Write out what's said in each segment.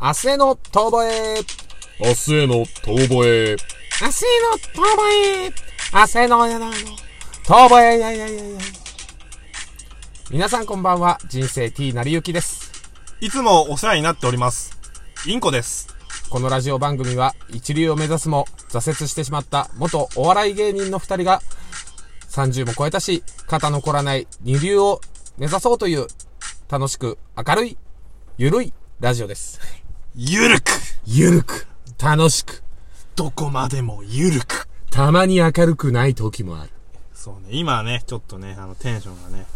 明日への遠吠え明日への遠吠え。明日への遠吠え明日への遠吠えいやいやいやいや皆さんこんばんは、人生 T なりゆきです。いつもお世話になっております。インコです。このラジオ番組は一流を目指すも挫折してしまった元お笑い芸人の二人が30も超えたし、肩の凝らない二流を目指そうという楽しく明るい、ゆるいラジオです。ゆるくゆるく、楽しく、どこまでもゆるくたまに明るくない時もある。そうね、今はね、ちょっとね、あの、テンションがね、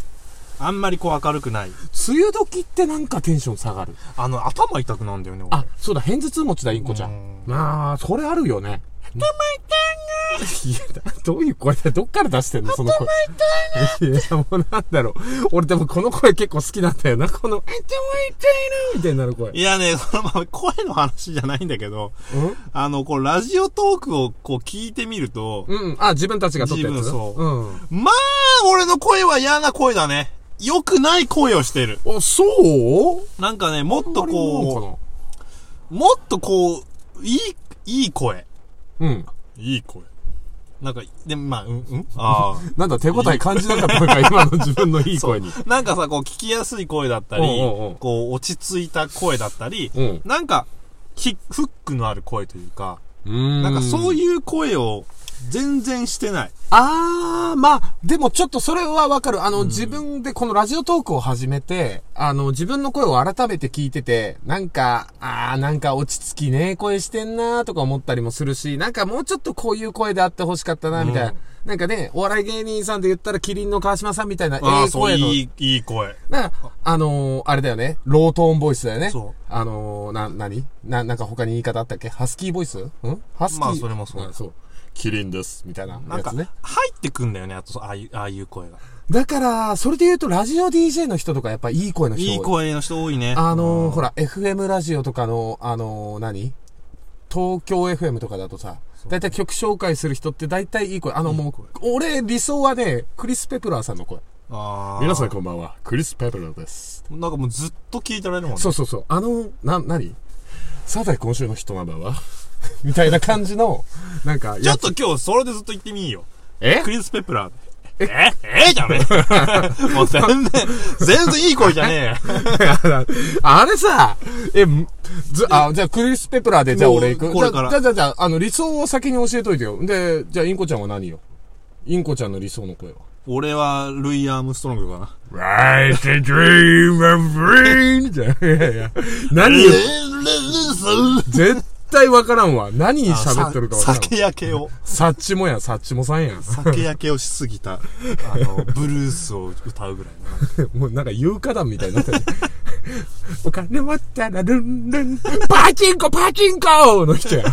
あんまりこう明るくない。梅雨時ってなんかテンション下がる。あの、頭痛くなんだよね、俺あ、そうだ、偏頭痛持ちだ、インコちゃうんん。まあ、それあるよね。頭痛い いや、どういう声だどっから出してんのその声。頭痛いいや、もうなんだろう。俺でもこの声結構好きなんだよな。この、頭痛いなみたいになる声。いやね、 そのまま声の話じゃないんだけど、あの、こう、ラジオトークをこう聞いてみると、うん。あ、自分たちが撮ったやつ自分そううん。まあ、俺の声は嫌な声だね。良くない声をしてる。あ、そうなんかね、もっとここう、もっとこう、いい、いい声。う。うん。いい声。なんか、でもまあ、うん、うんああ。なんだ、手応え感じなかったのか、今の自分のいい声に。 なんかさ、こう、聞きやすい声だったり、うんうんうんこう、落ち着いた声だったり、うん。なんか、キフックのある声というか、ななんかそう。ういう声を全然してない。あー、まあ、でもちょっとそれはわかる。あの、自分でこのラジオトークを始めて、あの、自分の声を改めて聞いてて、なんか、あー、なんか落ち着きねえ声してんなーとか思ったりもするし、なんかもうちょっとこういう声であってほしかったな、みたいな。うんなんかね、お笑い芸人さんで言ったら、キリンの川島さんみたいな、えああ、えそう、声の。いい、いい声。な、あのー、あれだよね。ロートーンボイスだよね。そうあのー、な、なにな、なんか他に言い方あったっけハスキーボイスんハスキー。まあそれもそうだんそう。キリンです。みたいななんやか、つね。入ってくんだよね、あとそう、ああいう、ああいう声が。だから、それで言うと、ラジオ DJ の人とか、やっぱいい声の人多い。いい声の人多いね。あのー、ほら。ら、FM ラジオとかの、あのー、何東京 FM とかだとさ、だいたい曲紹介する人ってだいたいいい声。あの、もう、俺、理想はね、クリス・ペプラーさんの声。ああ。こんばんは。クリス・ペプラーです。なんかもうずっと聞いてられるもんね。そうそうそう。あの、な、何さて、今週の人ナンバーは みたいな感じの、なんか、ちょやっと今日それでずっと言ってみいよ。えクリス・ペプラー。ええじゃねえ。 もう全然、全然いい声じゃねあれさ、え、むず、あ、じゃあクリス・ペプラーで、じゃあ俺行く。もうこれからじゃあ、じゃあ、じゃあ、あの、理想を先に教えといてよ。で、じゃあ、インコちゃんは何よインコちゃんの理想の声は。え。俺は、ルイ・アームストロングかな。 Rise to dream of dream! じゃあいやいや、何よ絶対わからんわ。何に喋ってるかわからんわ。酒焼けを、サッチモや、サッチモさんや ん。酒焼けをしすぎた、あの、ブルースを歌うぐらいの。もうなんか言う歌団みたいになってる。 お金持ったらルンルン、パチンコパチンコの人や。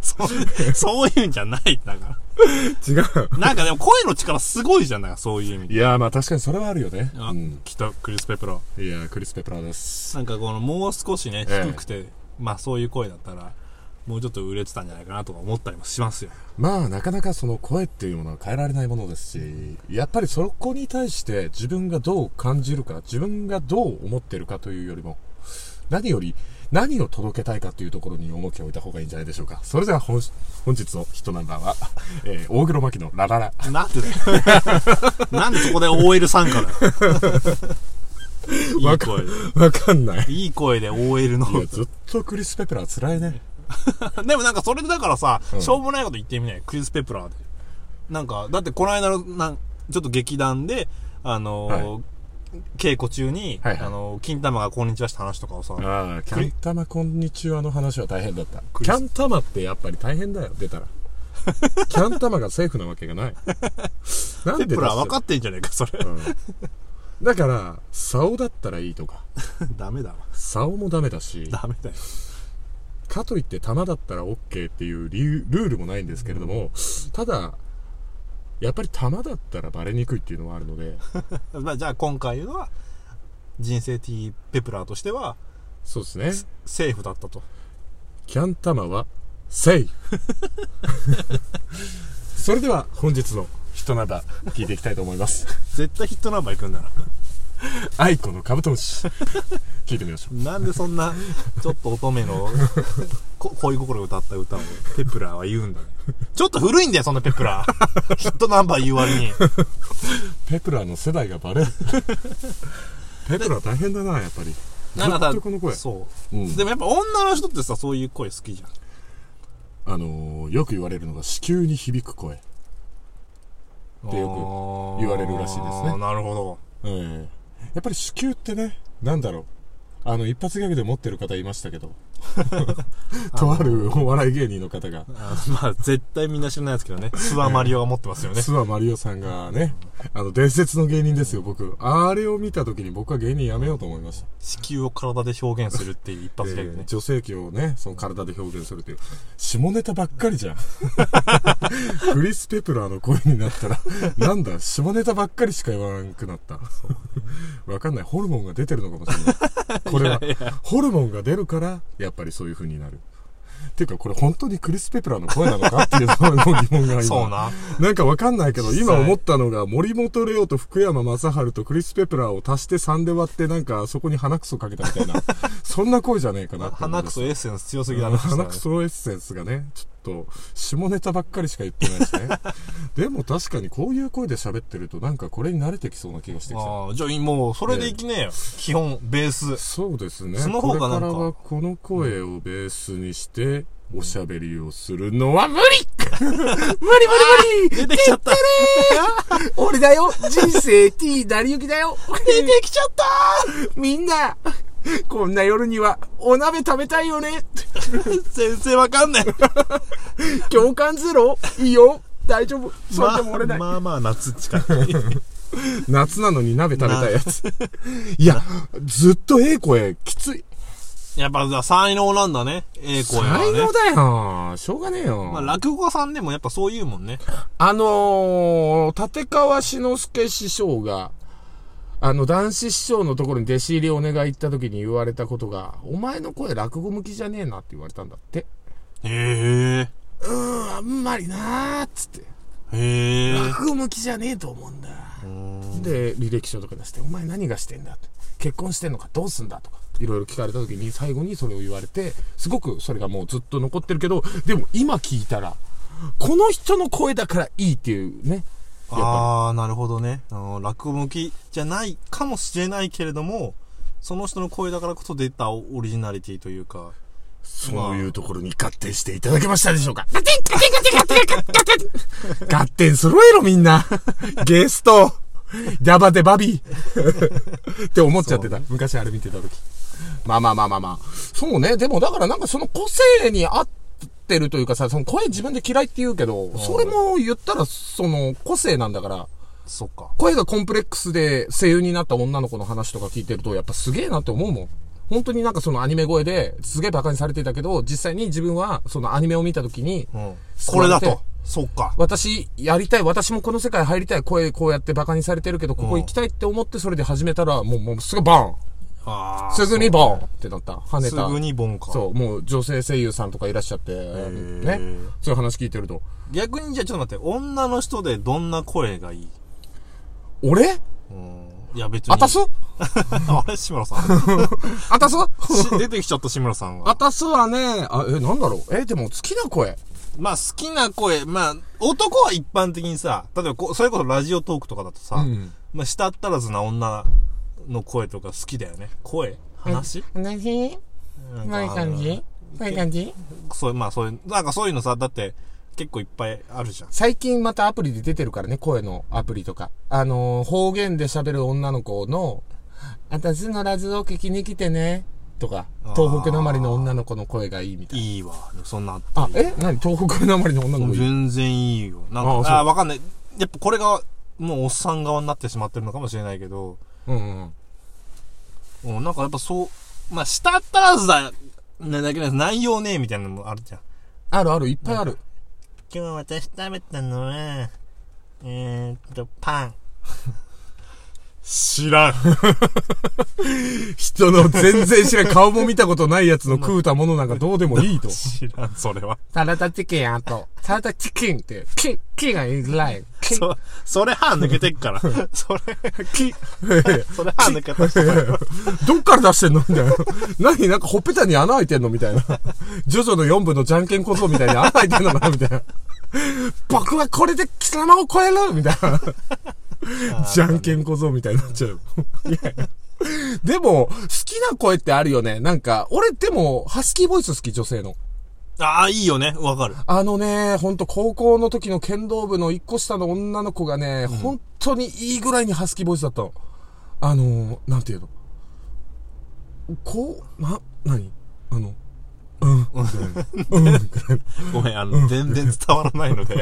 そう、そういうんじゃないんだか違う。ら。なんかでも声の力すごいじゃん、なんかそういう意味いで。やーまあ確かにそれはあるよね。あ、うん。来た、クリス・ペプラー。いやークリス・ペプラーです。なんかこのもう少しね、ええ低くて、まあそういう声だったら、もうちょっと売れてたんじゃないかなとか思ったりもしますよ。まあなかなかその声っていうものは変えられないものですし、やっぱりそこに対して自分がどう感じるか、自分がどう思ってるかというよりも、何より何を届けたいかというところに重きを置いた方がいいんじゃないでしょうか。それでは本し本日の人ナンバーは、えー大黒摩季のラララ。なんでだよ なんでそこで OL 参加だよ。いい声で。 わかんない。いい声で OL の。いや、ずっとクリス・ペプラー辛いね。 でもなんかそれでだからさ、うんしょうもないこと言ってみない。クリス・ペプラーで。なんか、だってこの間の、なんちょっと劇団で、あのーは稽古中に、はいはいあのー金玉がこんにちはした話とかをさ、ああ、キクャリンタマこんにちはの話は大変だった。リキスャンタマってやっぱり大変だよ、出たら。キャンタマがセーフなわけがない。なんペでプラー分かっってんじゃねえか、それ。 た、うんだから、竿だったらいいとか、ダメだわ。竿もダメだし、ダメだよ。かといって玉だったら OK っていう理由ルールもないんですけれども、ただ、やっぱり玉だったらバレにくいっていうのはあるので、まあ、じゃあ今回は人生 T ペプラーとしてはそうですね。セーフだったとキャンタマはセイ それでは本日の人なだ聞いていきたいと思います。絶対ヒットナンバーいくんだなアイコのカブトムシ。聞いてみましょう。なんでそ んな、ちょっと乙女の、こ恋心を歌った歌を、ペプラーは言うんだね。ちょっと古いんだよ、そんなペプラ ー。ヒットナンバー言う割に。ペプラーの世代がバレる。 ペプラー大変だな、やっぱり。なんかずっとこの声さ、。そうう。んで。もやっぱ女の人ってさ、そういう声好きじゃん。あのーよく言われるのが、子宮に響く声。ってよく言われるらしいですねあーなるほど。ええやっぱり子宮ってね、なんだろう。あの、一発ギャグで持ってる方いましたけ ど、とあるお笑い芸人の方が、あの。まあ、絶対みんな知らないですけどね。スワマリオが持ってますよね。諏訪マリオさんがね、あの、伝説の芸人ですよ、僕。あれを見た時に僕は芸人やめようと思いました。子宮を体で表現するっていう一発ギャグえねー。女性器をね、その体で表現するという。下ネタばっかり じゃん。クリス・ペプラーの声になったら、なんだ、下ネタばっかりしか言わなくなった。わかんない。ホルモンが出てるのかもしれない。これは、ホルモンが出るから、やっぱりそういう風になる。っていうか、これ本当にクリス・ペプラーの声なのかっていうのの疑問が今。そうな。なんかわかんないけど、実今際思ったのが、森本レオと福山雅治とクリス・ペプラーを足して3で割って、なんかそこに鼻くそかけたみたい な、そんな声じゃねえかなって思鼻うんでくすそよエッセンス強すぎだな。鼻くそエッセンスがね、ちょっと、下ネタばっかりしか言ってないしね。 でも確かにこういう声で喋ってると、なんかこれに慣れてきそうな気がしてきた。ああ、じゃあもう、それでいきねえよ。基本、ベース。そうですね。その方がなこれんかからはこの声をベースにして、おしゃべりをするのは無理無理 無理無理出てきちゃった。 俺だよ人生 T 成り行きだよ出てきちゃったみんなこんな夜にはお鍋食べたいよね先生わかんない。共感ゼロいいよ大丈夫 そんでも俺ない、まあまあ、夏近い。夏なのに鍋食べたいやついやずっとええ声きつい やっぱさ、才能なんだね。ええ声は才ね能。だよしょうがねえよ、まあ、落語さんでもやっぱそう言うもんね。あのー、立川志の輔師匠が、あの、男子師匠のところに弟子入りお願い行った時に言われたことが、お前の声落語向きじゃねえなって言われたんだって。へうーん、あんまりなーっつって。え。へえ。 落語向きじゃねえと思うんだ。で、履歴書とか出して、お前何がしてんだって。結婚してんのかどうすんだとか。いろいろ聞かれた時に最後にそれを言われて、すごくそれがもうずっと残ってるけど、でも今聞いたら、この人の声だからいいっていうね。やっぱりああ、なるほどね。あの、落語向きじゃないかもしれないけれども、その人の声だからこそ出たオリジナリティというか。そういうところに合点していただけましたでしょう かガテンガテンガテンガテンガテンガテン合点揃えろみんなゲストダバでバビーって思っちゃってた、昔あれ見てた時。まあまあまあまあまあ。そうね。でもだからなんかその個性に合ってるというかさ、その声自分で嫌いって言うけど、それも言ったらその個性なんだから、そっか。声がコンプレックスで声優になった女の子の話とか聞いてると、やっぱすげえなって思うもん。本当になんかそのアニメ声ですげえ馬鹿にされてたけど、実際に自分はそのアニメを見た時に、うん。そうこれだだってと。そっか。私やりたい、私もこの世界入りたい、声こうやって馬鹿にされてるけど、ここ行きたいって思ってそれで始めたら、もうもうすぐバーンああ。すぐにボボーンってなった。跳ねすた。ぐにボンか。そう、もう女性声優さんとかいらっしゃって、ーね。そういう話聞いてると。逆にじゃあちょっと待って、女の人でどんな声がいい俺いや別に。あたすあれ、志村さ ん。あたす し出てきちゃった志村さんあが。たすはね、あ、え、なんだろうえ、でも好きな声。まあ好きな声、まあ男は一般的にさ、例えばこうそれこそラジオトークとかだとさ、うんまあ舌ったらずな女の声とか好きだよね。声話何なんか何感じ何感じそう、まあそういう、なんかそういうのさ、だって結構いっぱいあるじゃん。最近またアプリで出てるからね、声のアプリとか。あのー方言で喋る女の子の、あたずのラズを聞きに来てね、とかあー、東北なまりの女の子の声がいいみたいいいわ。そんなあってな。あ、え何東北なまりの女の子いい全然いいよ。なんああそうか、ああ、わかんない。やっぱこれが、もうおっさん側になってしまってるのかもしれないけど、うんうん。うん、なんかやっぱそう、まあ、舌足らずだ、ね、だけど、内容ねえみたいなのもあるじゃん。あるある、いっぱいある。今日私食べたのは、えーっと、パン。知らん。人の全然知らん、顔も見たことないやつの食うたものなんかどうでもい いと。知らん、それは。サラダチキンあと、サラダチキンって、キン、キンが言いづらい。キン、そ、それ歯抜けてっから。それ、き、えそれ歯抜けた 人だよ。えどっから出してんのみたいな。 何なんかほっぺたに穴開いてんのみたいな。ジョジョの4部のじゃんけん小僧みたいに穴開いてんのかなみたいな。僕はこれで貴様を超えるみたいな。じゃんけん小僧みたいになっちゃう。いやいやでも、好きな声ってあるよね。なんか、俺でも、ハスキーボイス好き、女性の。ああ、いいよね。わかる。あのね、ほんと高校の時の剣道部の一個下の女の子がね、本当にいいぐらいにハスキーボイスだったの。あのー、なんていうの。こう、な、なにあの、うん、うん、ぐらいごめん、あの、全然伝わらないので。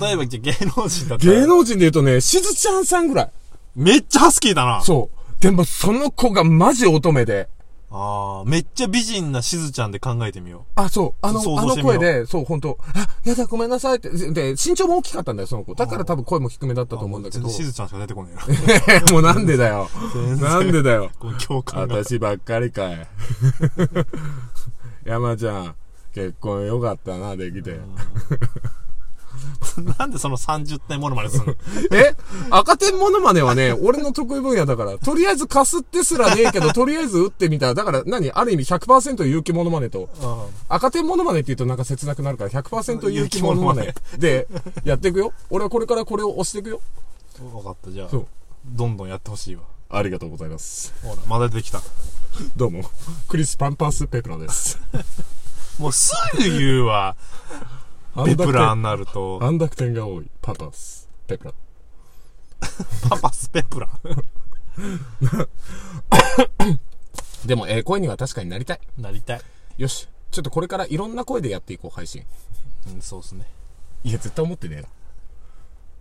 例えば、じゃ芸能人だったら。芸能人で言うとね、しずちゃんさんぐらい。めっちゃハスキーだな。そう。でも、その子がマジ乙女で。ああ、めっちゃ美人なしずちゃんで考えてみよあ、そう。あの、想あ像のしてみよう声で、そう、本当あ、やだ、ごめんなさいって。で、身長も大きかったんだよ、その子。だから多分声も低めだったう。と思うんだけど全。然しずちゃんしか出てこね もうなんでだよ。えな。全然なんでだよ。この共感が。私ばっかりかい。 山ちゃん、結婚よかったな、できて。 なんでその30点ものまですんのえ赤点モノマネはね、俺の得意分野だから、とりあえずかすってすらねえけど、とりあえず打ってみた。だから何ある意味100%勇気モノマネと、赤点モノマネって言うとなんか切なくなるから、100%勇気モノマネ勇でやっていくよ。俺はこれからこれを押していくよ。うんわかった、じゃあそう。どんどんやってほしいわ。ありがとうございます。ほら、まだ出てきた。どうも、クリス・パンパース・ペプラです。もうすぐ言うわ。ペプラーになると。安楽天が多い。パンパース・ペプラ。パパスペプラ。でも、ええ声には確かになりたい。なりたい。よし。ちょっとこれからいろんな声でやっていこう、配信。うん、そうっすね。いや、絶対思ってねえな。